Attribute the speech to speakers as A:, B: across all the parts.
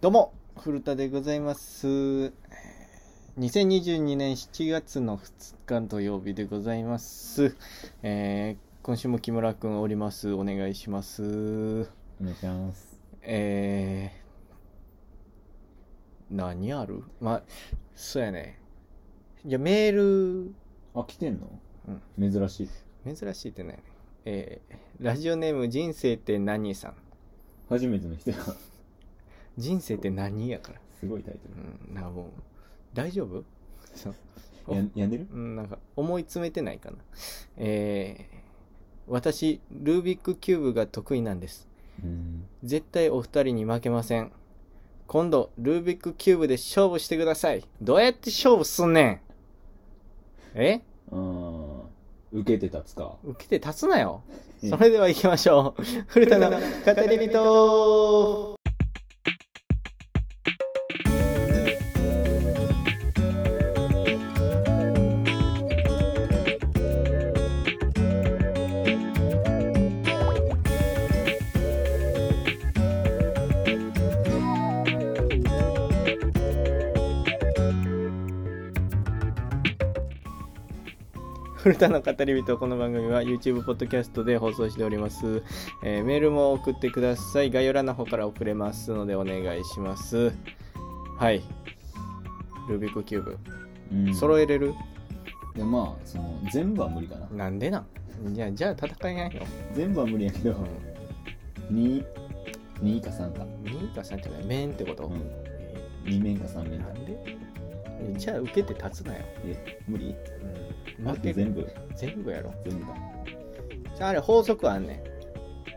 A: どうも、古田でございます。2022年7月の2日土曜日でございます。えー今週も木村くんおります。お願いします。
B: お願いします。
A: えー、何あるまあ、そうやね。いや、メー
B: あ、来てんの、珍しい。
A: ル、珍しいってないね。えーラジオネーム人生って何さん。
B: 初めての人が、
A: 人生って何やから。
B: すごいタイト
A: うん、なもう、大丈夫そう
B: ル。ややんでる
A: うん、なんか思い詰めてないかな。えー、私、ルービックキューブが得意なんです。
B: うん。
A: 絶対お二人に負けません。今度、ルービックキューブで勝負してください。どうやって勝負すんねんえ
B: あー受けて立つか。
A: 受けて立つなよ。
B: うん
A: それでは行きましょう。古田の語り人古田の語り人この番組は YouTube ポッドキャストで放送しております、えーメールも送ってください概要欄の方から送れますのでお願いしますはいルービックキューブ、
B: うん
A: 揃えれる
B: いや、まあ、その、全部は無理かな。
A: なんでなんじゃあじゃあ戦えないよ、
B: 全部は無理やけど、
A: う
B: 2、2か3か。
A: ん、2か3じゃない面ってこと、
B: うん。
A: え
B: 2面か3
A: ー
B: 面
A: な
B: か。
A: んでえじゃあ受けて立つなよ、
B: え、無理
A: うん、
B: あ
A: 負け
B: と
A: る
B: 全部、
A: 全部やろ
B: 全部か。
A: じゃああれ法則あんね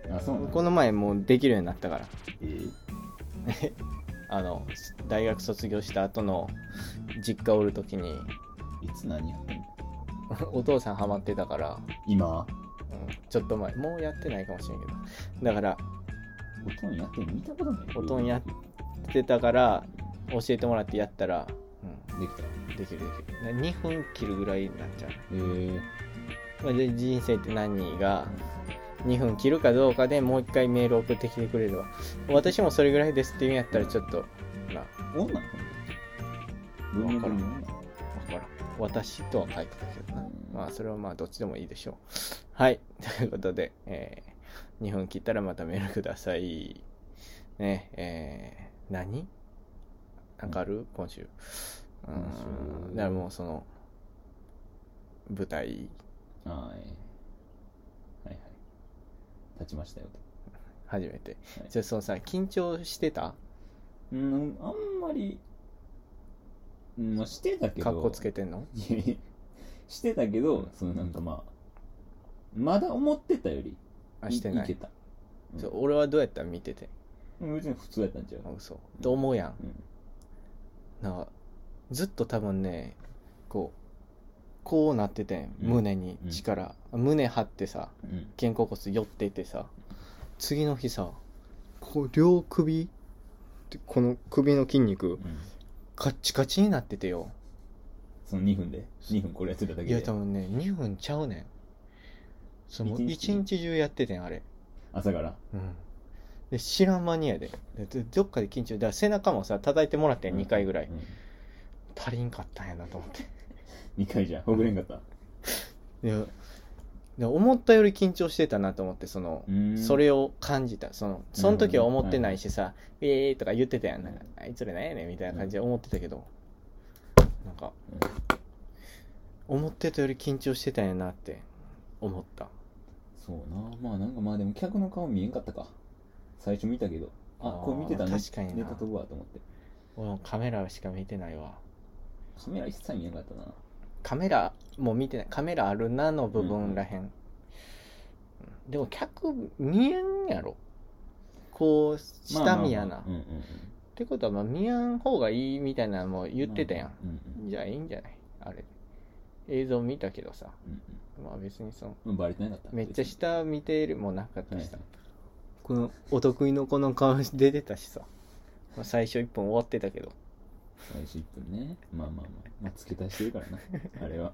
A: ん
B: あ、そうなの
A: この前もうできるようになったから
B: えー
A: あの大学卒業した後の実家おる時に
B: いつ何やってんの
A: お父さんハマってたから、
B: 今、
A: うんちょっと前もうやってないかもしれんけどだから
B: おとんやってんの見たことない。
A: おとんやっしてたから教えてもらってやったら、う
B: できた。
A: ん、できるできる2分切るぐらいになっちゃう
B: えー、
A: まあで人生って何が2分切るかどうかでもう一回メール送ってきてくれれば私もそれぐらいですって言うんやったらちょっとまあ
B: 女の子文脈に女
A: わからん私とは書いてたけどな
B: うん
A: まあそれはまあどっちでもいいでしょう はいということで、えー、2分切ったらまたメールくださいねえー、何なんかある今週う
B: 今
A: ん
B: 週
A: だからもうその舞台
B: はい。はいはい。立ちましたよと。
A: 初めて、
B: はい
A: じゃあそのさ緊張してた
B: うん、あんまり、うんまあ、してたけど、
A: かっこつけてんの
B: いやいや してたけど、そのなんかまあ、まだ思ってたより、
A: あしてない
B: けた。うん
A: そう俺はどうやった見てて
B: うん別に普通やったんちゃう
A: あ嘘と思うやん
B: うん。
A: なんかずっと多分ねこうこうなっててん
B: うん
A: 胸に力、胸張ってさ
B: うん。
A: 肩甲骨寄っていてさ次の日さこう両首ってこの首の筋肉
B: うん
A: カッチカチになっててよ
B: その2分で、2分これやってただけ
A: い
B: で
A: や、多分ね2分ちゃうねんその
B: 一日
A: 一日中やっててんあれ
B: 朝から。
A: うんで知らん間にやでででどっかで緊張だから背中もさ叩いてもらってん2回ぐらい、
B: うん
A: 足りんかったんやなと思って
B: 二回じゃん、ほぐれんかった。
A: いやで思ったより緊張してたなと思ってその、
B: うん
A: それを感じたそのその時は思ってないしさ「イエーイ!」とか言ってたやんなんか
B: う
A: あいつらなんやねんみたいな感じで思ってたけど、なんか
B: うん
A: 思ってたより緊張してたんやなって思った
B: そうなまあなんかまあでも客の顔見えんかったか最初見たけど
A: あ
B: あ
A: ー
B: これ見てたね
A: 確かにな
B: ネタ飛ぶわと思って
A: 俺もカメラしか見てないわ
B: カメラ一切見えんかったな
A: カメラも見てないカメラあるなの部分らへん、うんでも客見えんやろこう下見やな、
B: まあまあまあうんうんうん
A: ってことはまあ見やん方がいいみたいなのも言ってたやん、
B: うんうん
A: じゃあいいんじゃないあれ映像見たけどさ
B: うん
A: まあ別にその
B: うんバレてなかった
A: めっちゃ
B: し
A: 下見てるもなかった
B: はい
A: しさ、このお得意のこの顔出てたしさ、まあ、最初1本終わってたけど
B: 最初1分ねまあまあまあ、まあ、付け足してるから なあれは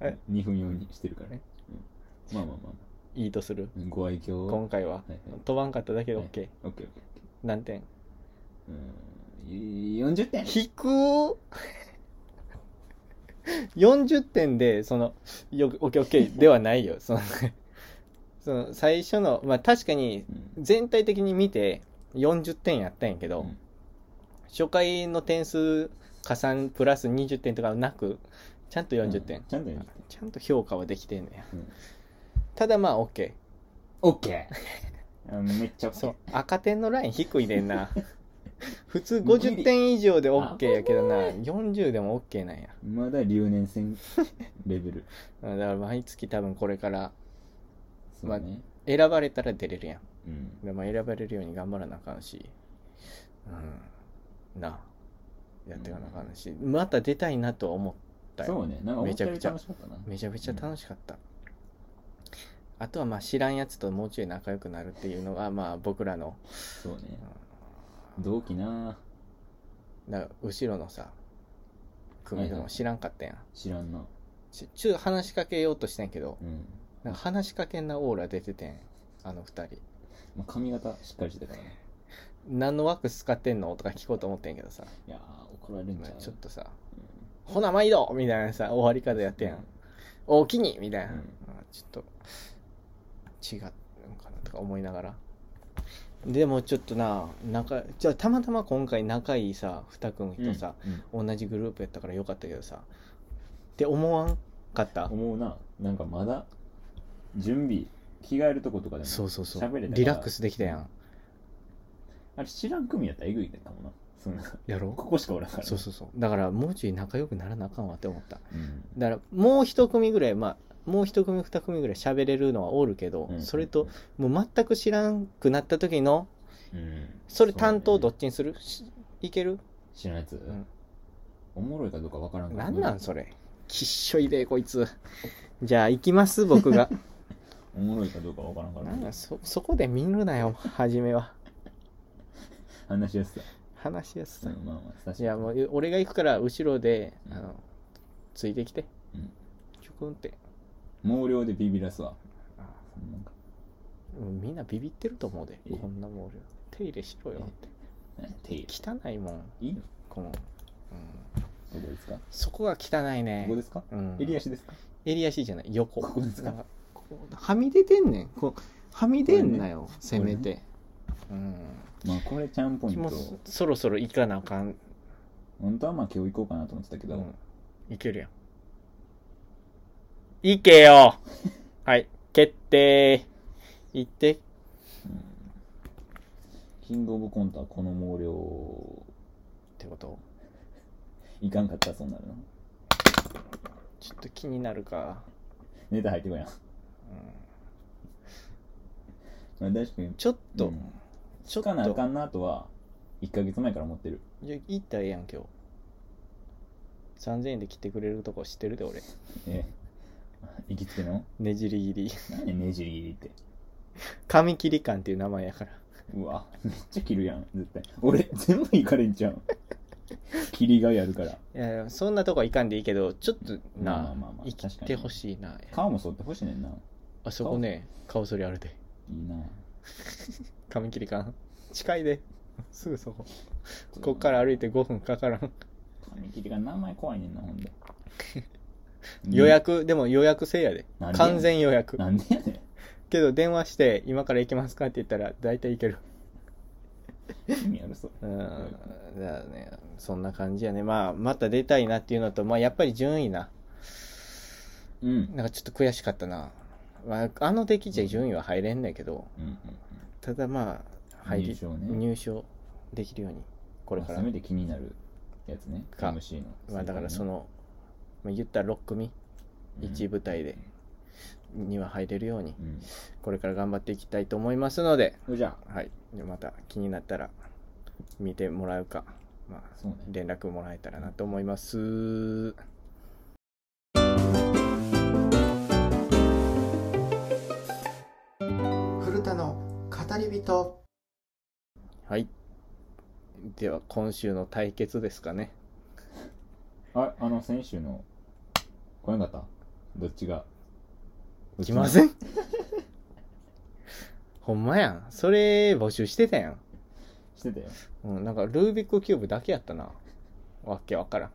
A: え
B: 2分用にしてるからね、うん、まあまあまあ
A: いいとする
B: まあご愛嬌
A: 今回は
B: はいはい
A: 飛ばんかっただけで OK、
B: オッケーオッケ
A: 何点
B: うん40点
A: 引く40点でその「よオッケーオッケー」ではないよ そのその最初のまあ確かに
B: うん
A: 全体的に見て40点やったんやけど、
B: うん
A: 初回の点数加算プラス20点とかはなくちゃんと40点、
B: うんちゃんと40点
A: ちゃんと評価はできてんねや、
B: うん
A: ただまあ OK
B: オッケ ーめっちゃ
A: そう
B: う
A: 赤点のライン低いねん な普通50点以上で OK やけどな40でも OK なんや
B: まだ留年戦レ ベル
A: だから毎月多分これから
B: そうね、
A: 選ばれたら出れるやん
B: うん
A: でも選ばれるように頑張らなあかんし、うん、なあやっていかなあかんし、また出たいなとは思ったよ
B: そうねなんか思ったよ
A: め
B: り
A: ちゃく
B: 楽しかったな
A: めちゃめちゃ楽しかった、あとはまあ知らんやつともうちょい仲良くなるっていうのがまあ僕らの
B: そうね同期な
A: な後ろのさ組み
B: はい
A: の
B: はい
A: 知らんかったやん
B: 知らんな
A: ちちょっと話しかけようとしてんけど
B: うん、
A: なんか話しかけんなオーラ出ててんあの二人
B: まあ、髪型しっかりしてたからね
A: 何のワックス使ってんのとか聞こうと思ってんけどさ
B: いやー怒られるんちゃう
A: ちょっとさ「ほな毎度!」みたいなさ終わり方やってやん「おおきに!」みたいな、
B: うん
A: あちょっと違うのかなとか思いながらでもちょっとな仲じゃあたまたま今回仲いいさ二組
B: うん
A: とさ、
B: うん
A: 同じグループやったからよかったけどさって思わんかった
B: 思うななんかまだ準備着替えるとことかでも
A: そうそうそ
B: 喋れた
A: う
B: から
A: リラックスできたやん
B: あれ知らん組やったらえぐいかもなそんな
A: やろ
B: ここしかおらんから
A: そうそうそうだからもうちょい仲良くならなあかんわって思った
B: うん
A: だからもう一組ぐらいまあもう一組二組ぐらい喋れるのはおるけど、
B: うん
A: それともう全く知らんくなった時の
B: うん
A: それ担当ど
B: そう
A: っちにする、しいける、
B: ね知らんやつ、
A: ん
B: おもろいかどうかわからんから
A: なんなんそれきっしょいでこいつじゃあ行きます僕 が
B: おもろいかどうかわからんか
A: なん
B: ら
A: かそそこで見るなよ初めは
B: 話しやすさ
A: 話しやすさ、
B: うんまあまあ確かに
A: いやもう俺が行くから後ろで、
B: うん
A: あのついてきて、
B: うん
A: ちょこんって
B: 毛量でビビらすわ
A: あ
B: なんか
A: もうみんなビビってると思うで
B: え
A: こんなもん俺手入れしろよって
B: ね手入
A: 汚いもん
B: れいいの
A: この、うん
B: ここですかこ
A: そこが汚いね。
B: こですか
A: うん、
B: 襟足ですか
A: 襟足じゃない、横。
B: ここですか
A: なんこうはみ出てんねん。こうはみ出んなよ、せめて。うん。
B: まあこれちゃんぽん
A: も
B: と
A: うそそろそろ行かなあかん。
B: 本当はまあ今日行こうかなと思ってたけ
A: う
B: ど、
A: ん。行けるやん。行けよ はい、決定行って。
B: うんキングオブコントはこの毛量
A: ってこと
B: いかんかったらそうなるな
A: ちょっと気になるか。
B: ネタ入ってこやん、まあ、確かに
A: ちょっと、
B: うん
A: ちょっ
B: 聞かなあか
A: と。
B: んなとは1ヶ月前から思ってる
A: いや行ったらええやん、今日。3000円で切ってくれるとこ知ってるで、俺。
B: ええ行きつけの
A: ねじり切り。
B: 何やねじり切りって
A: 髪切り感っていう名前やから
B: うわめっちゃ切るやん絶対俺全部いかれんちゃう切りがやるから
A: いやいやそんなとこはいかんでいいけどちょっと
B: まあ
A: な
B: まあまあまあ
A: 生きてほしいな
B: 顔も剃ってほしいねんな
A: あそこね顔それあるで
B: いいな
A: 髪切り感近いですぐそここっから歩いて5分かからん
B: 髪切りが名前怖いねんなほんで
A: 予約でも予約制やで
B: なんでやねん
A: 完全予約
B: なんでやねん
A: けど電話して今から行けますかって言ったら大体行ける
B: 意味あるそれ
A: うんだからねそんな感じやねまあまた出たいなっていうのとまあやっぱり順位な
B: うんうん
A: なんかちょっと悔しかったな、まあ、あの出来じゃ順位は入れんねんけど
B: うんうん
A: ただまあ入り
B: 入賞ね
A: 入賞できるようにこれから
B: せめて気になるやつね
A: か
B: MC の
A: まあだからその、まあ、言ったら6組1舞台でには入れるように
B: うん
A: これから頑張っていきたいと思いますので、
B: それじゃあ
A: はい、でまた気になったら見てもらうか、まあ、
B: そうね
A: 連絡もらえたらなと思います。古田の語り人はいでは今週の対決ですかね
B: ああの先週の来なかったどっちが
A: 来ま
B: ん
A: せんほんまやんそれ募集してたやん
B: してたよ
A: うん、なんかルービックキューブだけやったなわけわからん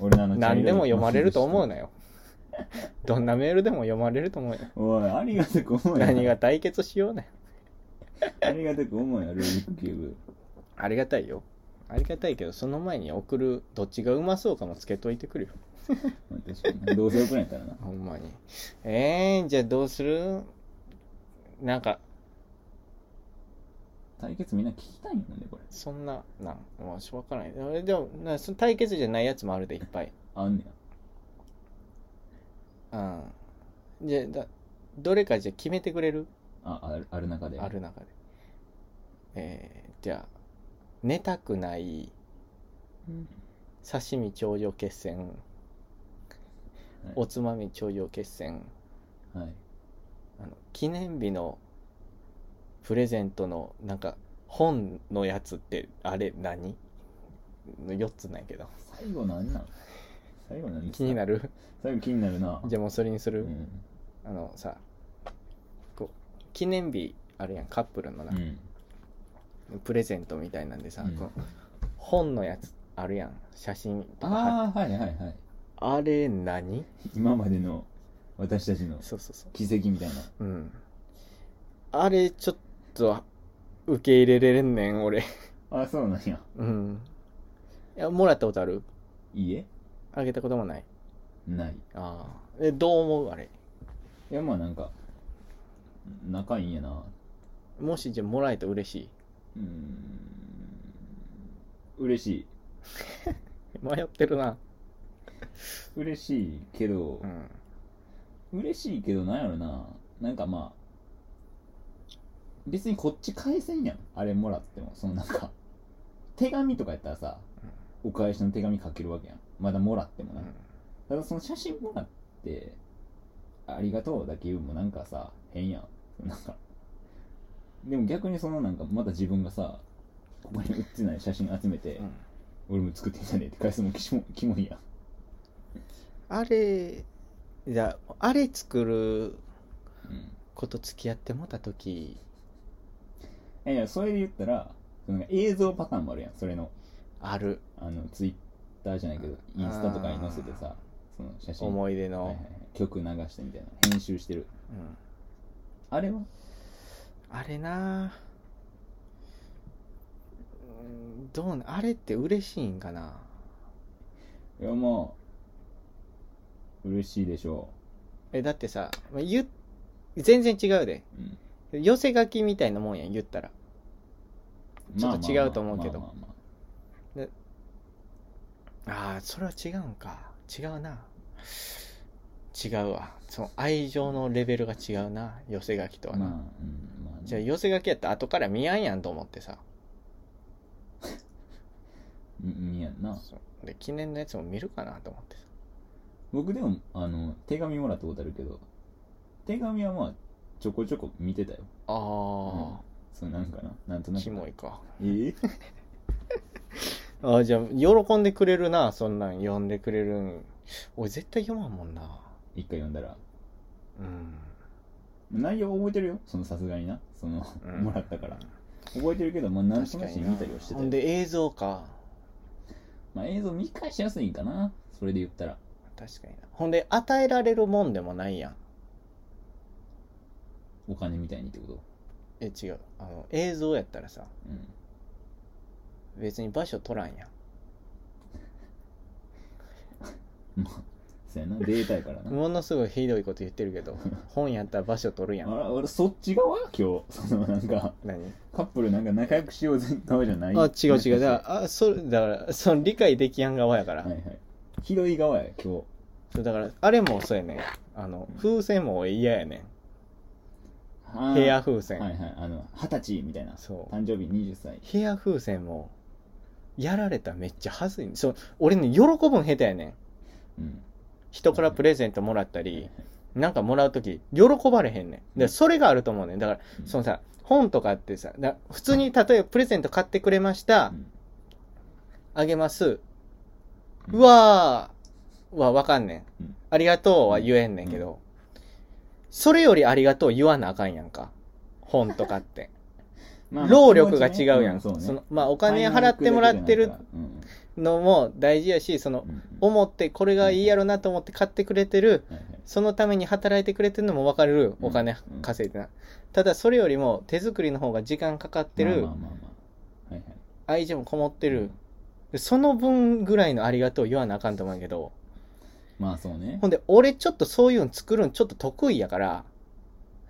B: 俺のあの茶色い
A: 何でも読まれると思うなよどんなメールでも読まれると思うよ
B: おいありがたく思うよ
A: 何が対決しようね
B: ありがたく思うよルービックキューブ
A: ありがたいよありがたいけどその前に送るどっちがうまそうかもつけといてくるよ
B: まあ確かにどうせ送らんやったらな
A: ほんまにえー、じゃあどうするなんか
B: 対決みんな聞きたいんだねこれ
A: そんななんもうしょうがないえでもなその対決じゃないやつもあるでいっぱい
B: あんねや
A: うんじゃあだどれかじゃあ決めてくれる
B: ああるある中で
A: ある中でえー、じゃあ寝たくない
B: うん
A: 刺身頂上決戦
B: はい
A: おつまみ頂上決戦
B: はい
A: あの記念日のプレゼントのなんか本のやつってあれ何の ?4 つなんやけど
B: 最後なんなん最後なんですか
A: 気になる
B: 最後気になるな
A: じゃ
B: ゃ
A: あもうそれにす
B: う
A: る、
B: ん
A: あのさこう記念日あるやんカップルのな
B: う、ん
A: プレゼントみたいなんでさ、
B: うん
A: こう本のやつあるやん写真とか貼っ
B: ああはいはいはい
A: あれ何
B: 今までの私たちの
A: そうそうそ
B: 奇跡みたいな
A: ううんあれちょっと受け入れれんねん俺
B: あそうなんや
A: うんいやもらったことある
B: いいえ
A: あげたこともない
B: ない
A: ああえどう思うあれ
B: いやまあなんか仲いいんやな
A: もしじゃあもらえたら嬉しいう
B: ーん嬉しい
A: 迷ってるな
B: 嬉しいけど
A: う、ん
B: 嬉しいけどなんやろななんかまあ別にこっち返せんやんあれもらってもそのなんか手紙とかやったらさ、お返しの手紙書けるわけやんまだもらっても
A: う
B: な、
A: ん
B: ただその写真もらって、ありがとうだけ言うのもなんかさ、変やん。なんか。でも逆にそのなんか、また自分がさ、ここに売ってない写真集めて、
A: うん
B: 俺も作ってんじゃねえって返すのもキモキモいやん。
A: あれじゃああれ作る
B: うん
A: こと付き合ってもた時
B: えいや、それで言ったら、そのなんか映像パターンもあるやん。それの、
A: ある
B: あの、ツイッターじゃないけど、インスタとかに載せてさ、その写真、
A: 思い出の、
B: はいはいはい、曲流してみたいな、編集してる。
A: うん、
B: あれは
A: あれなあうんどうなあれって嬉しいんかない
B: や、まあ、嬉しいでしょ
A: えだってさまあ言っ全然違うで
B: う。うん
A: 寄せ書きみたいなもんやん言ったらちょっと違うと思うけど
B: まあまあまあまあまあま
A: ああそれは違うんか違うな違うわその愛情のレベルが違うな寄せ書きとは
B: あま
A: な、
B: あうんまあね
A: じゃあ寄せ書きやったら後から見やんやんと思ってさ
B: うんいやな
A: そうで記念のやつも見るかなと思ってさ
B: 僕でもあの手紙もらったことあるけど手紙はまあちょこちょこ見てたよ
A: あ
B: そうなんかななんと
A: あ
B: なく
A: キモいか
B: ええ
A: ああ、じゃあ、喜んでくれるな、そんなん読んでくれるん。俺絶対読まんもんな。
B: 一回読んだら
A: うん。
B: 内容は覚えてるよそのさすがになその、
A: うん
B: もらったから覚えてるけどまあ何となし
A: な
B: 見たりはしてた
A: ほん
B: よ
A: で映像か。
B: まあ映像見返しやすいんかなそれで言ったら
A: 確かにな。ほんで、与えられるもんでもないやん。
B: お金みたいにってこと
A: え、違う。あの、映像やったらさ、
B: うん
A: 別に場所取らんやん。
B: まあそうやなデータやからな
A: ものすごいひどいこと言ってるけ ど、本やったら場所取るやん。
B: あら俺そっち側今日 そのなんか
A: 何
B: カップルなんか仲良くしようぜ側じゃない
A: あ、違う 違う。だ
B: は
A: から、あ、それ、だから、その理解できやん側やから。
B: いはいひどい側や今日
A: そうだから、あれもそうやねん。あの、風船も嫌やね
B: あ
A: ん。
B: ー
A: 部屋風船。
B: はいはいあの二十歳みたいな
A: そう。
B: 誕生日20歳
A: ヘア風船もやられたらめっちゃ恥ずいねそう俺ね喜ぶん下手やねん
B: うん
A: 人からプレゼントもらったりなんかもらう時喜ばれへんねんでそれがあると思うねんだから
B: うん
A: そのさ本とかってさだ普通に例えばプレゼント買ってくれました
B: うん
A: あげます
B: うん
A: うわーはわかんね
B: うん
A: んありがとうは言えんねんけどそれよりありがとう言わなあかんやんか本とかって
B: まあ
A: 労力が違うやん。
B: 気持ちね
A: そ
B: そうね
A: の、まあ、お金払ってもらってる
B: うん
A: のも大事やし、その
B: う、んうん
A: 思って、これがいいやろなと思って買ってくれてる、
B: はいはい
A: そのために働いてくれてるのも分かる、
B: うん
A: お金
B: うん
A: 稼いでな。ただ、それよりも手作りの方が時間かかってる
B: まあ、まあまあまあはいはい
A: 愛情もこもってる。その分ぐらいのありがとう言わなあかんと思うんやけど。
B: まあそうね
A: ほんで、俺ちょっとそういうの作るのちょっと得意やから、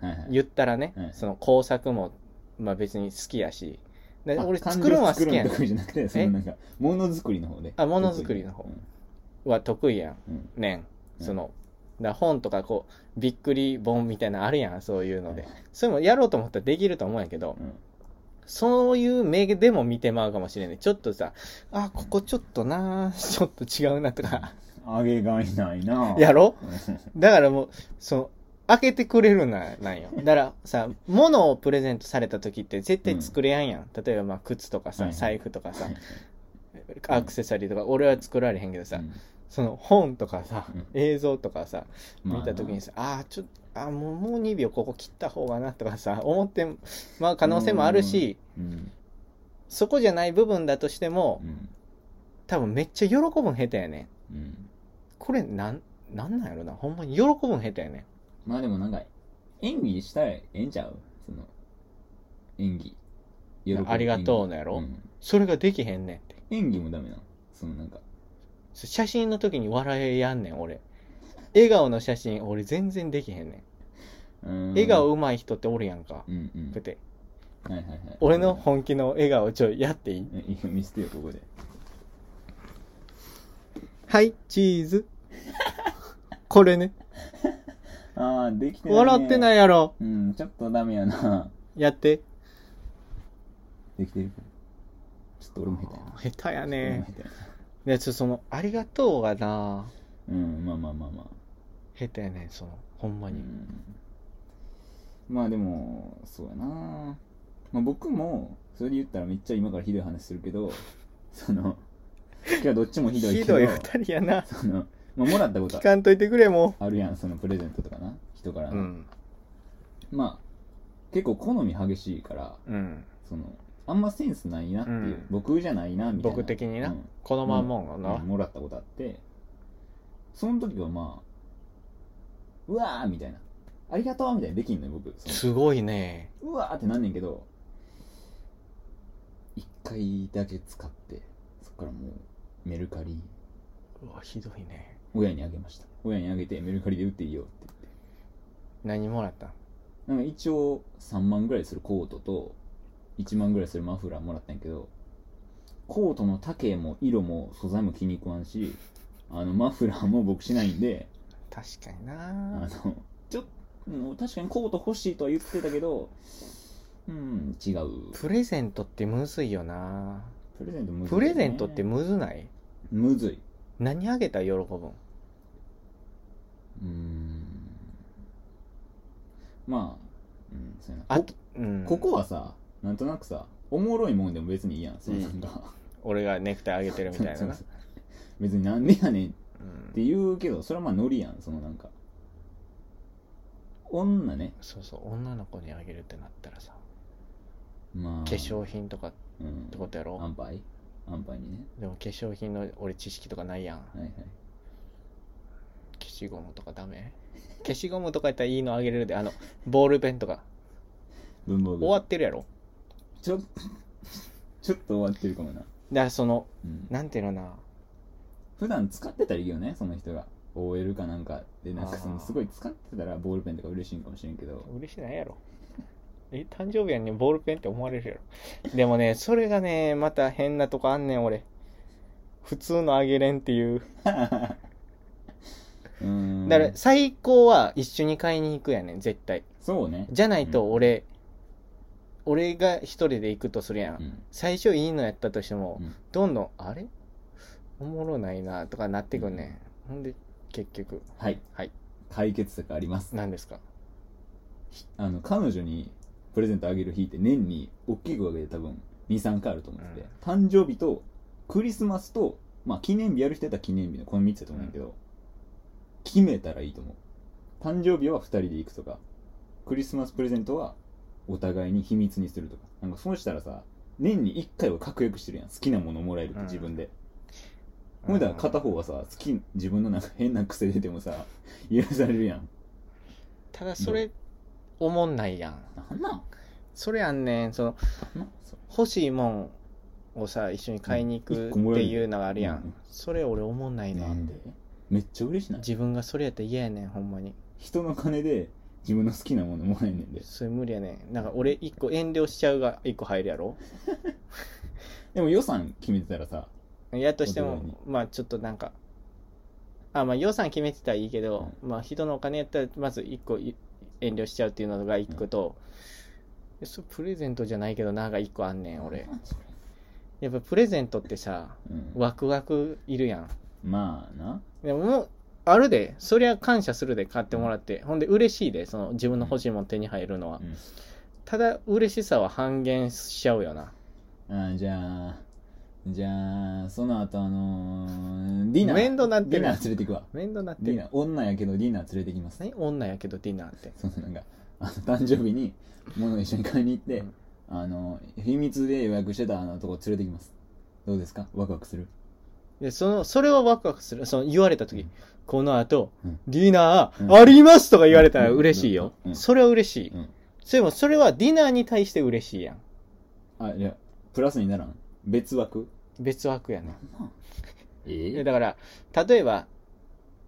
B: はいはい
A: 言ったらね、
B: はい
A: その工作も、まあ別に好きやし、で
B: あ
A: 俺作るのは好きやん
B: 感情作るの。得意じゃなくてそのなんかものづくりの方で
A: あものづくりの方
B: 得意
A: は得意やん、
B: うん
A: ねん。
B: うん
A: その、だから本とかこう、びっくり本みたいなのあるやん、そういうので
B: はい。
A: それもやろうと思ったらできると思うんやけど
B: う、んうん
A: そういう目でも見てまうかもしれない。ちょっとさ、あ、ここちょっとなちょっと違うなとか、
B: あげがいないな
A: やろ
B: うん
A: だからもう、その、開けてくれるな、なんよ。だからさ、物をプレゼントされた時って絶対作れやんやん。例えばまあ靴とか
B: は
A: さ、
B: いはい
A: 財布とかさ
B: はいはい、
A: アクセサリーとか、俺は作られへんけどさ
B: う、ん
A: その本とかさ
B: うん、
A: 映像とかさ、
B: まあ
A: 見た時にさ、ああー、ちょっと、あーもうもう2秒ここ切った方がなとかさ、 思って、まあ可能性もあるし、
B: うん
A: そこじゃない部分だとしても
B: う、ん
A: 多分めっちゃ喜ぶん下手やねん。
B: うん
A: これなん、なんなんやろな。ほんまに喜ぶん下手やねん。
B: まあでもなんか演技したらええんちゃうその演技喜ぶ演技
A: ありがとうのやろ
B: ん
A: それができへんねんって。
B: 演技もダメなのそのなんか
A: そう写真の時に笑えやんねん、俺。笑顔の写真、俺全然できへんね
B: うーん
A: ん。笑顔上手い人っておるやんか。
B: うんうん
A: だって、
B: はいはいはい
A: 俺の本気の笑顔ちょいやっていい
B: えいいよ見せてよここで
A: はい、チーズ。これね。
B: ああできてない、ね、
A: 笑ってないいやろ。
B: うんちょっとダメやな
A: やって。
B: できてるちょっと俺も下手やな
A: 下手や
B: 俺も
A: ね。
B: 下手やな
A: で、ちょ、その、ありがとうがな、
B: うんまあまあまあまあ
A: 下手やねん、その、ほんま
B: う
A: に。
B: んまあでもそうやな、まあ、僕もそれで言ったらめっちゃ今からひどい話するけどその今日はどっちもひどいけど
A: ひどい二人やな。
B: その、まあ、もらったこと
A: 聞かんといてくれ、も
B: あるやんそのプレゼントとかな人から
A: う。
B: の、
A: うん。
B: まあ結構好み激しいから
A: うん。
B: そのあんまセンスないなっていう、
A: うん
B: 僕じゃないなみたいな
A: 僕的にな
B: うん
A: このまんもん
B: う
A: な。
B: んもらったことあってその時はまあうわーみたいなありがとうみたいなできんのよ僕その
A: すごいね。
B: うわーってなんねんけど一回だけ使ってそっからもうメルカリ
A: うわ、ひどいね。
B: 親にあげました親にあげてメルカリで売っていいよって言って
A: 何もらったん
B: なんか一応3万ぐらいするコートと1万ぐらいするマフラーもらったんやけどコートの丈も色も素材も気に食わんしあのマフラーも僕しないんで
A: 確かに
B: あ
A: な。
B: のちょっと確かにコート欲しいとは言ってたけどうん違う
A: プレゼントってむずいよな。
B: プレゼントむずいよね、
A: プレゼントってむずない
B: むずい
A: 何あげたら喜ぶん
B: うーんまあ、うん、そうやな
A: あ、
B: こと
A: うん。
B: ここはさなんとなくさおもろいもんでも別にいいやんそのなんか、
A: 俺がネクタイあげてるみたいなな
B: そうそう別になんでやねんっ
A: うん
B: て言うけどそれはまあノリやんそのなんか女ね
A: そうそう、女の子にあげるってなったらさ、
B: まあ
A: 化粧品とかっ
B: うん
A: てことやろ
B: 安牌安牌にね
A: でも化粧品の俺知識とかないやん。
B: はいはい
A: 消しゴムとかダメ消しゴムとかやったらいいのあげれるで、あの、ボールペンとか。
B: 文房具
A: 終わってるやろ
B: ちょちょっと終わってるかもな、
A: だからその、
B: うん、
A: なんていうのかな。
B: 普段使ってたらいいよねその人が OL かなんかでなんかそ
A: あ
B: の
A: ー
B: すごい使ってたらボールペンとか嬉しいんかもしれんけど
A: 嬉しないやろ。え、誕生日やんにボールペンって思われるやろ。でもね、それがね、また変なとこあんねん、俺。普通のあげれんっていう。
B: うーん
A: だから、最高は一緒に買いに行くやねん、絶対。
B: そうね
A: じゃないと
B: うん
A: 俺、俺が一人で行くとするやん。
B: うん
A: 最初いいのやったとしても、
B: うん
A: どんどん、あれおもろないな、とかなってくんねん。ほんで、結局、
B: はい
A: はい
B: 解決策あります
A: 何ですか
B: あの彼女にプレゼントあげる日って年に大きいわけで多分23回あると思ってて、誕生日とクリスマスと、まあ、記念日やる人やったら記念日のこの3つだと思うんだけど、決めたらいいと思う誕生日は2人で行くとかクリスマスプレゼントはお互いに秘密にするとかなんかそうしたらさ年に1回は確約してるやん好きなものもらえるって自分で、ほいだら片方はさ好き自分のなんか変な癖出てもさ許されるやん
A: ただそれおもんないやん
B: なんなん
A: それやんねんその
B: なんそ
A: 欲しいもんをさ一緒に買いに行
B: う
A: く
B: ん一個も
A: っ
B: らえ
A: て
B: る
A: いうのがあるやん、
B: うん
A: それ俺おもんないね
B: なんでめっちゃ嬉しない
A: 自分がそれやったら嫌やねんほんまに
B: 人の金で自分の好きなものもらえんねんで
A: それ無理やねんなんか俺一個遠慮しちゃうが一個入るやろ
B: でも予算決めてたらさ
A: やっとして
B: お互いに
A: もまあちょっとなんかあまあ予算決めてたらいいけど、まあ人のお金やったらまず一個い遠慮しちゃうっていうのが一個と、それプレゼントじゃないけどなんか一個あんねん俺
B: なんそれ
A: やっぱプレゼントってさ
B: うん
A: ワクワクいるやん
B: まあな
A: でももうあるでそりゃ感謝するで買ってもらってほんで嬉しいでその自分の欲しいもん手に入るのは、
B: うん
A: ただ嬉しさは半減しちゃうよな
B: あーじゃあじゃあその後あのーディナー
A: 面倒なってる
B: ディナー連れてくわ
A: 面倒なって
B: ディナ
A: る
B: ー女やけどディナー連れてきます
A: 何女やけどディナーって
B: そのなんかあの誕生日に物を一緒に買いに行って、
A: うん
B: あの秘密で予約してたあのとこ連れてきますどうですかワクワクする
A: でそのそれはワクワクするその言われた時、
B: うん
A: この後、
B: うん
A: ディナー、
B: うん
A: ありますとか言われたら嬉しいよ、
B: うんうん
A: それは嬉しい、
B: うん
A: それもそれはディナーに対して嬉しいやん
B: あいやプラスにならん別枠
A: 別枠やね
B: え
A: でだから例えば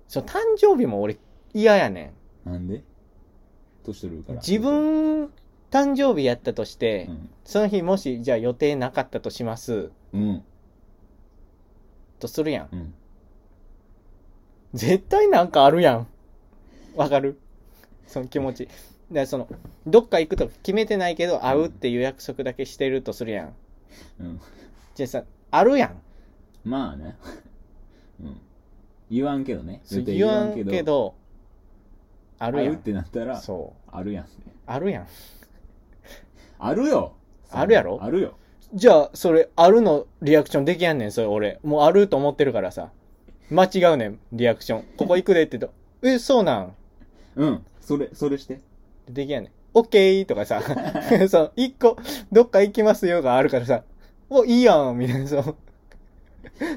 A: その誕生日も俺嫌やね
B: なんで年取るか
A: ん
B: ら
A: 自分誕生日やったとして、
B: うん、
A: その日もしじゃあ予定なかったとします
B: うん
A: とするやん
B: うん、
A: 絶対なんかあるやんわかるその気持ちだからそのどっか行くとか決めてないけど会うっていう約束だけしてるとするやん
B: うん、
A: じゃあさあるやん
B: まあね、 うん、言わんけどね
A: そう
B: 予定
A: 言わんけどあ
B: あ
A: る
B: る
A: や
B: っ
A: ん
B: てなったら
A: そう
B: あるやんね
A: あるやん
B: あるよ
A: あるやろ
B: あるよ
A: じゃあそれあるのリアクションできやんねんそれ俺もうあると思ってるからさ間違うねんリアクションここ行くでって言うとえそうなん
B: うんそれそれして
A: できやねん。オッケーとか さ、そう、一個、どっか行きますよがあるからさ、お、いいやんみたいな、そう、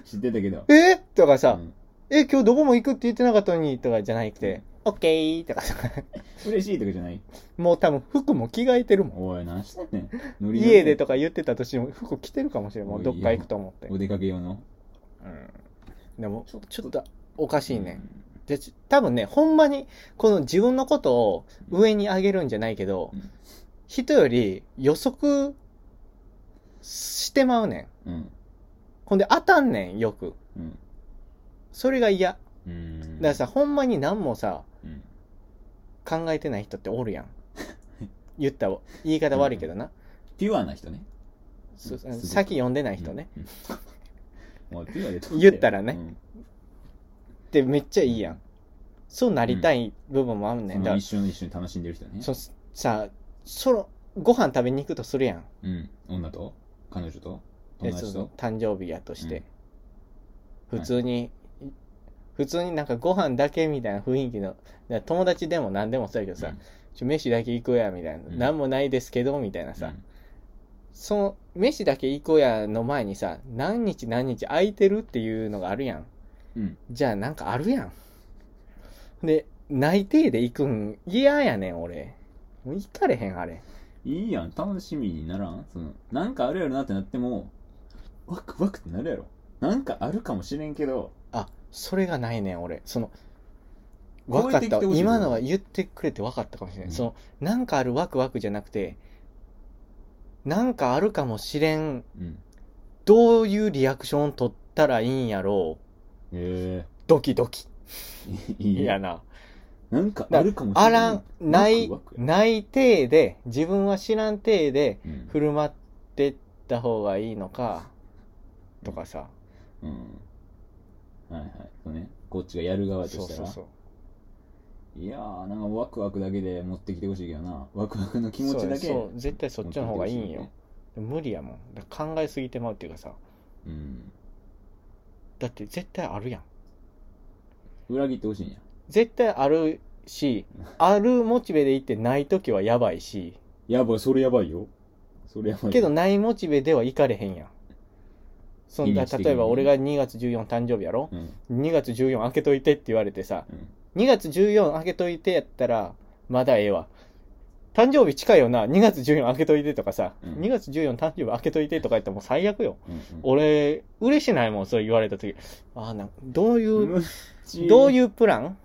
B: 知ってたけど
A: えとかさ、
B: うん
A: え、今日どこも行くって言ってなかったのにとかじゃなくて、オッケーとかさ、
B: 嬉しいとかじゃない
A: もう多分服も着替えてるもん。
B: おい、何してんねん。ノリノ リ
A: 家でとか言ってたとしても、服着てるかもしれん。もうどっか行くと思って。
B: お出かけ用の。
A: うん。でも
B: ちょっと、
A: ちょっと、おかしいね。で、ち多分ね、ほんまに、この自分のことを上に上げるんじゃないけど、
B: うん
A: 人より予測してまうねん。
B: うん。
A: ほんで当たんねん、よく。
B: うん。
A: それが嫌。だか
B: うん。
A: らさ、ほんまに何もさ、
B: うん。
A: 考えてない人ってお るやん。言ったわ言い方悪いけどな。
B: ピュアな人ね。
A: そ
B: すごい
A: 先読んでない人ね。
B: うん。うん おい、ピュアで撮
A: 言ったらね
B: うん
A: ってめっちゃいいやん。そうなりたい部分もあるね
B: そ
A: ん。だか
B: の
A: ら
B: 一緒に一緒に楽しんでる人ね。
A: そさ、その、ご飯食べに行くとするやん。
B: うん。女と彼女と
A: え
B: 友達
A: そう
B: と
A: 誕生日やとして。
B: うん
A: 普通に、普通になんかご飯だけみたいな雰囲気の、だから友達でも何でもそうやけどさ、ちょ飯だけ行こうや、みたいな。
B: うん
A: 何もないですけど、みたいなさ。
B: さ、
A: その、飯だけ行こうやの前にさ、何日何日空いてるっていうのがあるやん。
B: うん。
A: じゃあなんかあるやん。で、内定で行くん嫌やねん、俺。もう行かれへん、あれ。
B: いいやん、楽しみにならんその、なんかあるやろなってなっても、ワクワクってなるやろ。なんかあるかもしれんけど、
A: あ、それがないねん、俺。その、
B: 超
A: 分かっ
B: え
A: て
B: き
A: た
B: てほしい
A: わ。今のは言ってくれて分かったかもしれない。
B: うん
A: その、なんかあるワクワクじゃなくて、なんかあるかもしれん、
B: うん。
A: どういうリアクション取ったらいいんやろう。
B: え
A: ドキドキ。
B: え。いい
A: いや
B: や。
A: な。
B: なんかあるかもしれん。
A: あらん、ない
B: ワクワ、クや
A: ない体で、自分は知らん体で、
B: うん
A: 振る舞ってった方がいいのか、とかさ。
B: うんはいはい。そうね。こっちがやる側と
A: そう
B: した
A: そう
B: ら。
A: そう。
B: いやー、なんかワクワクだけで持ってきてほしいけどな。ワクワクの気持ちだけ。
A: そうやそう絶対そっちの方がいいん
B: 持っ
A: よ
B: て。
A: 無理やもん。だから考えすぎてまうっていうかさ。
B: きてほしいよね。
A: だって絶対あるやん。
B: うん。裏切ってほしいんや。
A: 絶対あるし、あるモチベで行ってない時はやばいし、
B: やばい、それやばいよ。それやばいよ。
A: けどないモチベではいかれへんやんそん
B: 意
A: だ
B: 味的に
A: 例えば俺が2月14誕生日やろ
B: うん、うん。
A: 2月14開けといてって言われてさ2月14開けといてやったらまだええわ誕生日近いよな2月14開けといてとかさ、
B: うん
A: 2月14誕生日開けといてとか言ったらもう最悪よ
B: うんうん
A: 俺嬉しないもんそれ言われた時ああなんどういう
B: むっち
A: どう
B: う。
A: いうプラン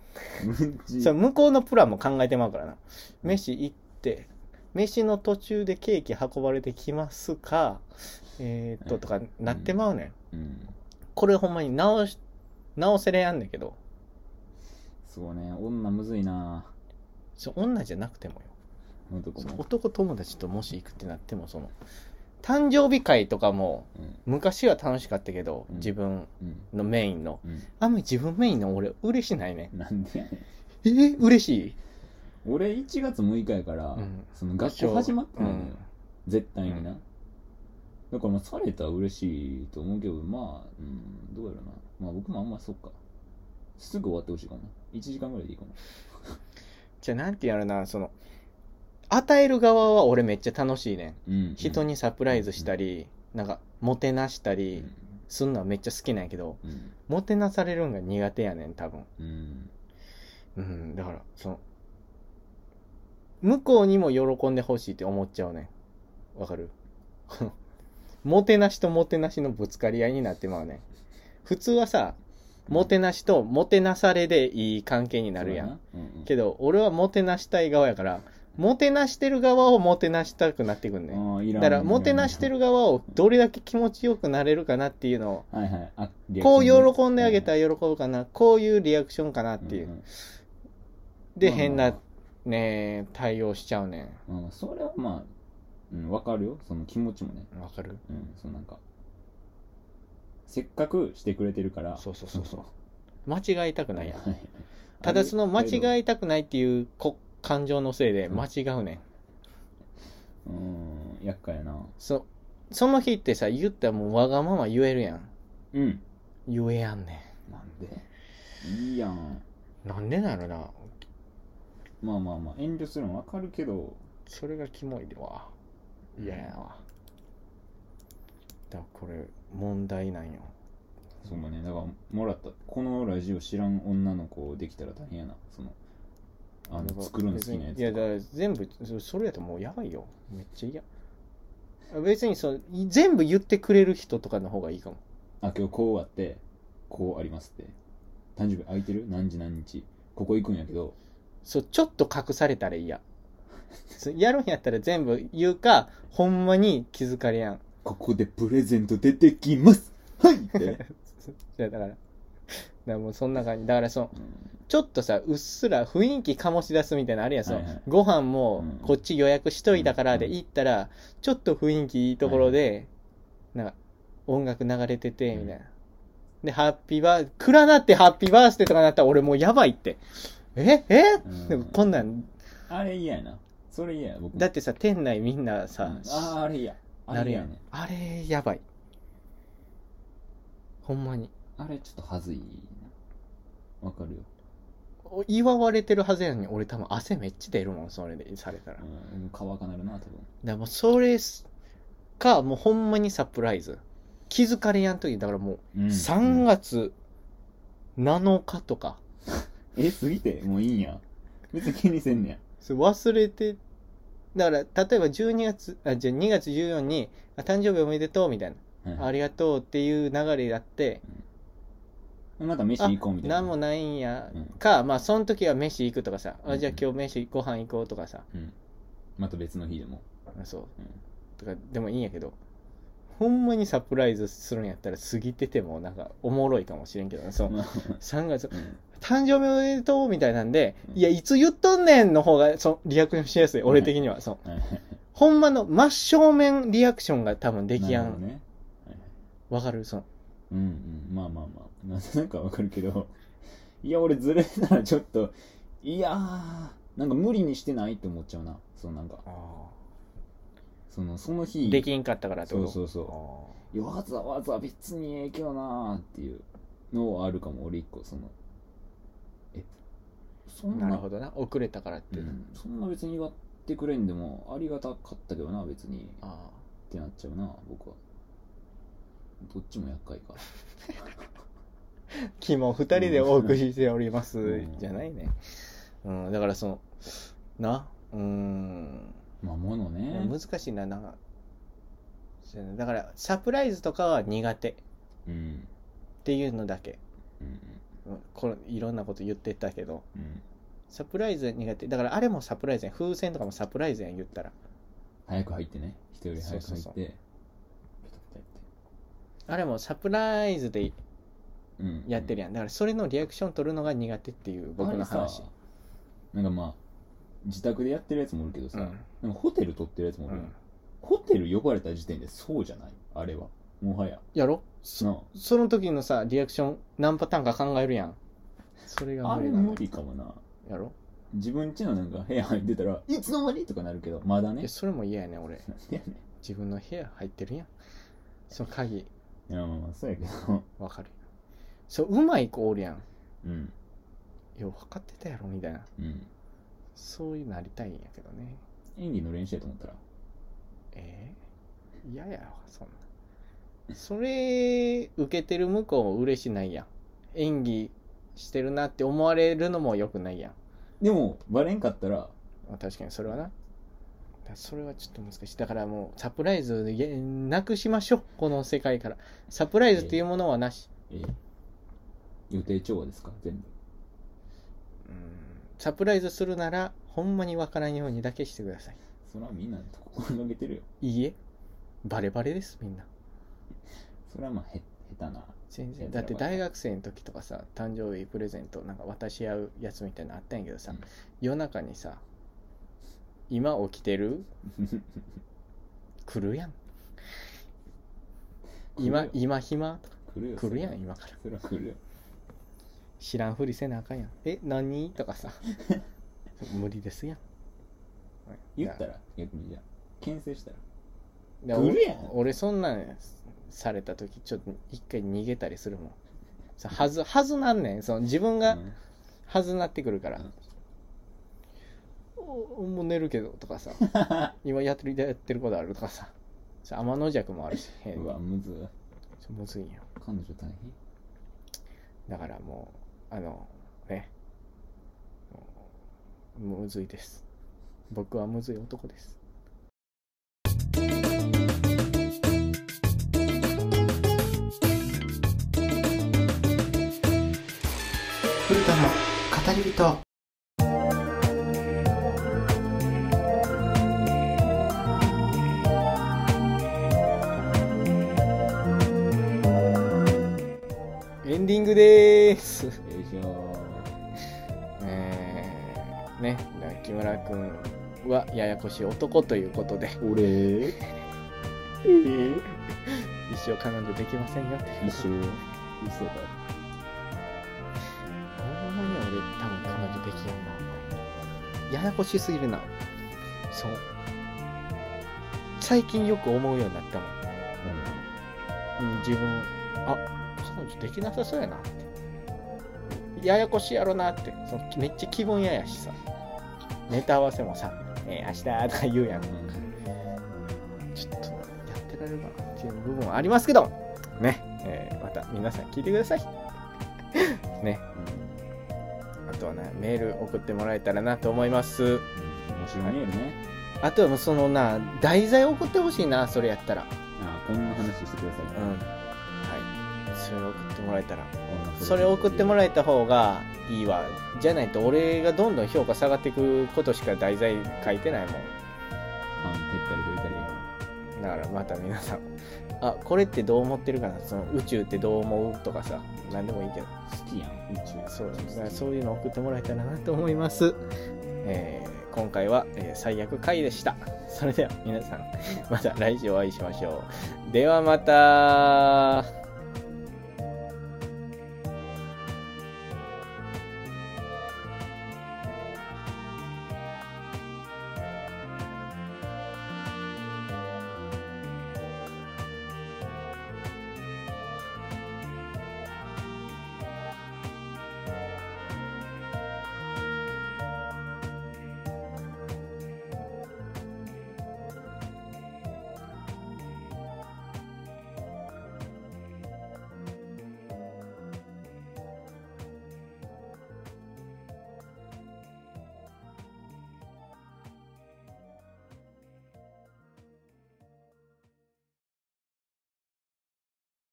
B: むっち
A: それ向こうのプランも考えてまうからな飯行って飯の途中でケーキ運ばれてきますかえーっと
B: うん
A: とかなってまうねん
B: うん。
A: これほんまに直し直せれやんねんけど
B: そうね、女むずいな
A: そう女じゃなくてもよ
B: 男
A: そう
B: も。
A: 男友達ともし行くってなってもその誕生日会とかも
B: うん。
A: 昔は楽しかったけど
B: うん
A: 自分
B: うん。
A: のメインの
B: う
A: あんまり自分メインの俺嬉しないね
B: ん。なんでやねん。
A: えー、嬉しい
B: 俺1月6日やから、
A: うん
B: その学校始まってないのよ、
A: うん
B: 絶対にな、
A: う
B: だからまあされたら嬉しいと思うけどまあ、うん、どうやろうなまあ僕もあんまそっかすぐ終わってほしいかな1時間ぐらいでいいかな
A: じゃあなんてやるなその与える側は俺めっちゃ楽しいねん
B: うん
A: 人にサプライズしたり、なんかもてなした
B: う
A: り
B: ん
A: すんのはめっちゃ好きなんやけど
B: うん
A: もてなされるんが苦手やねん多分
B: うん
A: うんだからその向こうにも喜んでほしいって思っちゃうねんわかる もてなしともてなしのぶつかり合いになってまうねん普通はさもてなしともてなされでいい関係になるやん
B: そうなうんうん
A: けど俺はもてなしたい側やからもてなしてる側をもてなしたくなってくんねん
B: ああいら
A: だ
B: ん
A: からもてなしてる側をどれだけ気持ちよくなれるかなっていうの
B: はいはいあ
A: を
B: リアク
A: こ
B: ション
A: う
B: ね
A: 喜んであげたら喜ぶかなこういうリアクションかなっていう
B: うん
A: で
B: まあ
A: 変なね対応しちゃうね
B: うんうんそれはまあうんわかるよその気持ちもね
A: んわかる
B: うんそうなんかせっかくしてくれてるから
A: そうそうそうそう間違えたくないやん
B: はい
A: ただその間違
B: い
A: えたくないっていうこ感情のせいで間違うねん
B: うん厄介やな
A: そその日ってさ言ったらもうわがまま言えるやん
B: うん
A: 言えやんね
B: なんでいいやん
A: んなんでなのな
B: まあまあまあ遠慮するの分かるけど
A: それがキモいでわ嫌やわだからこれ問題なんよ
B: そうだねだからもらったこのラジオ知らん女の子できたら大変やなそのあの作るの好きなや
A: いや
B: つ
A: だから全部そそれやともうやばいよめっちゃ嫌別にそうい全部言ってくれる人とかの方がいいかも
B: あ今日こうあってこうありますって誕生日空いてる何時何日ここ行くんやけど
A: そうちょっと隠されたら嫌そうやるんやったら全部言うかほんまに気づかれやん
B: ここでプレゼント出てきますはい ってね、
A: いやだからだからもうそんな感じだからその
B: うん
A: ちょっとさうっすら雰囲気醸し出すみたいなのあるやん、その
B: はいはい
A: ご飯も
B: うん
A: こっち予約しといたからで
B: うん
A: 行ったら、ちょっと雰囲気いいところで、なんか音楽流れててみたいな、でハッピーバー暗なってハッピーバースデーとかなったら俺もうやばいってええ、
B: うん
A: でもこんなん
B: あれ嫌やなそれ嫌や僕も
A: だってさ店内みんなさ、
B: うんあああれ嫌あ
A: なる
B: れ
A: や
B: 嫌
A: ん
B: ね
A: あれやばいほんまに
B: あれちょっとはずいなわかるよ、
A: お祝われてるはずやのに俺多分汗めっちゃ出るもんそれでされたら
B: うん、乾かなるな多
A: だ
B: 分
A: からもうそれすかもうほんまにサプライズ気づかれやん時だからも
B: うん
A: う3月7日とか、
B: え過ぎてもういいんや別に気にせんねや
A: それ忘れてだから例えば12月あじゃあ2月14にあ「誕生日おめでとう」みたいな「あ
B: れ
A: りがとう」っていう流れやって
B: また飯行こうみたいな
A: 何もないんや、
B: うん
A: かまあその時は飯行くとかさ、
B: う
A: あ
B: ん
A: じゃあ今日飯ご飯行こうとかさ
B: うん、また別の日でも
A: そう、
B: うん
A: とかでもいいんやけどほんまにサプライズするんやったら過ぎててもなんかおもろいかもしれんけどねそう
B: まあ
A: 3月
B: うん
A: 誕生日おめでとうみたいなんで、
B: うん
A: いや、いつ言っとんねんの方が、そのリアクションしやすい、俺的には。そう。
B: はいはい
A: ほんまの真正面リアクションが多分できや
B: なるほど
A: ん。
B: ねはいはい
A: わ、かるその。
B: うんうんまあまあまあなん となくはわかるけどいや俺ずれたらちょっといやーなんか無理にしてないって思っちゃうなそのなんかそのその日
A: できんかったからって
B: そ
A: こと
B: うそうそう
A: う。
B: いやわざわざ別にええけどなーっていうのはあるかも俺一個そのえそんな
A: なるほどな。遅れたからって。
B: うんそんな別に祝っってくれんでもありがたかったけどな別にっ
A: あ
B: てなっちゃうな僕はどっちも厄介か
A: あ昨日2人でお送りしております、
B: うん
A: じゃないね、うん、だからそのなうん
B: まあものね
A: 難しいななんかそうやねだからサプライズとかは苦手っ
B: うん
A: ていうのだけ
B: うん
A: うんこれいろんなこと言ってたけど
B: うん
A: サプライズは苦手だからあれもサプライズやん風船とかもサプライズやん言ったら
B: 早く入ってね人より早く
A: そうそ
B: 入
A: うそう
B: ってペタペタやって
A: あれもサプライズで
B: うん
A: やってるやんだからそれのリアクション取るのが苦手っていう僕の話
B: あれさなんかまあ自宅でやってるやつもおるけどさ、
A: うん
B: なんかホテル取ってるやつもお
A: う
B: る、
A: ん
B: ホテル呼ばれた時点でそうじゃないあれはもはや
A: やろそ
B: なあ
A: その時のさリアクション何パターンか考えるやんそれが
B: あれ
A: なの
B: 無理かもな
A: やろ
B: 自分家のなんか部屋入ってたらいつの間にとかなるけどまだ
A: い
B: ね
A: やそれも嫌やね俺
B: なんでやねん
A: 自分の部屋入ってるやんその鍵
B: いやまあまあそうやけど
A: わかるやんそううまい子おるやん
B: うん
A: よう分かってたやろみたいな
B: うん
A: そういうなりたいんやけどね
B: 演技の練習やと思ったら
A: えー嫌、やわそんなそれ受けてる向こう嬉しないやん演技してるなって思われるのも良くないやん
B: でもバレんかったら
A: まあ確かにそれはなだからそれはちょっと難しいだからもうサプライズでいやなくしましょうこの世界からサプライズっていうものはなし、
B: えー予定調和ですか全部
A: うんサプライズするならほんまにわからんようにだけしてください
B: それはみんな心がけてるよ
A: いいえバレバレですみんな
B: それはまあへ下手な
A: 全然だって大学生の時とかさ誕生日プレゼントなんか渡し合うやつみたいなのあったんやけどさ、
B: うん
A: 夜中にさ「今起きて る来るやん今
B: 来るよ
A: 今暇
B: 来るよ
A: 来るやん
B: そ
A: 今から
B: れは来るよ
A: 知らんふりせなあかんやんえ何と かさ無理ですやん
B: 言った
A: だ
B: ら逆にじゃあ牽制したら
A: だ
B: 来るやん
A: 俺俺そんなんされた時ちょっと一回逃げたりするもんさはずはずなんねんその自分が
B: うん
A: はずなってくるから、
B: うん
A: おもう寝るけどとかさ 今やってるやってることあるとかさちょ天の弱もあるし変
B: う
A: に
B: わむず
A: ちょむずいんよ
B: 彼女大
A: だからもうあのねもうむずいです僕はむずい男です古田の語り人エンディングでーす
B: 変よいしょ
A: えー、ね、だから木村君はややこしい男ということで、
B: 俺え
A: 一生彼女できませんよって。
B: 一緒嘘だ
A: ほんまに俺、多分彼女できやんな、お前ややこしすぎるな。そう。最近よく思うようになったもん。うん、自分、あ彼女できなさそうやなって。ややこしいやろなって。そのめっちゃ気分ややしさ。ネタ合わせもさ、えー明日とか言うやん。ちょっとやってられるかなっていう部分はありますけど、ね、えーまた皆さん聞いてくだ さい。ね、あとはね、メール送ってもらえたらなと思います。
B: 面白いねね
A: あとはもうそのな、題材送ってほしいな、それやったら。
B: あこんな話してください
A: うん。はい。それを送ってもらえたら。
B: こんな
A: それを送ってもら
B: え
A: えた方がいいわ。じゃないと俺がどんどん評価下がっていくことしか題材書いてないもん。
B: パン蹴ったりどいたり
A: だからまた皆さんあこれってどう思ってるかなその宇宙ってどう思うとかさ何でもいいけど
B: 好きやん宇宙
A: そうだからそういうの送ってもらえたらなと思います、えー今回は、えー最悪回でしたそれでは皆さんまた来週お会いしましょうではまた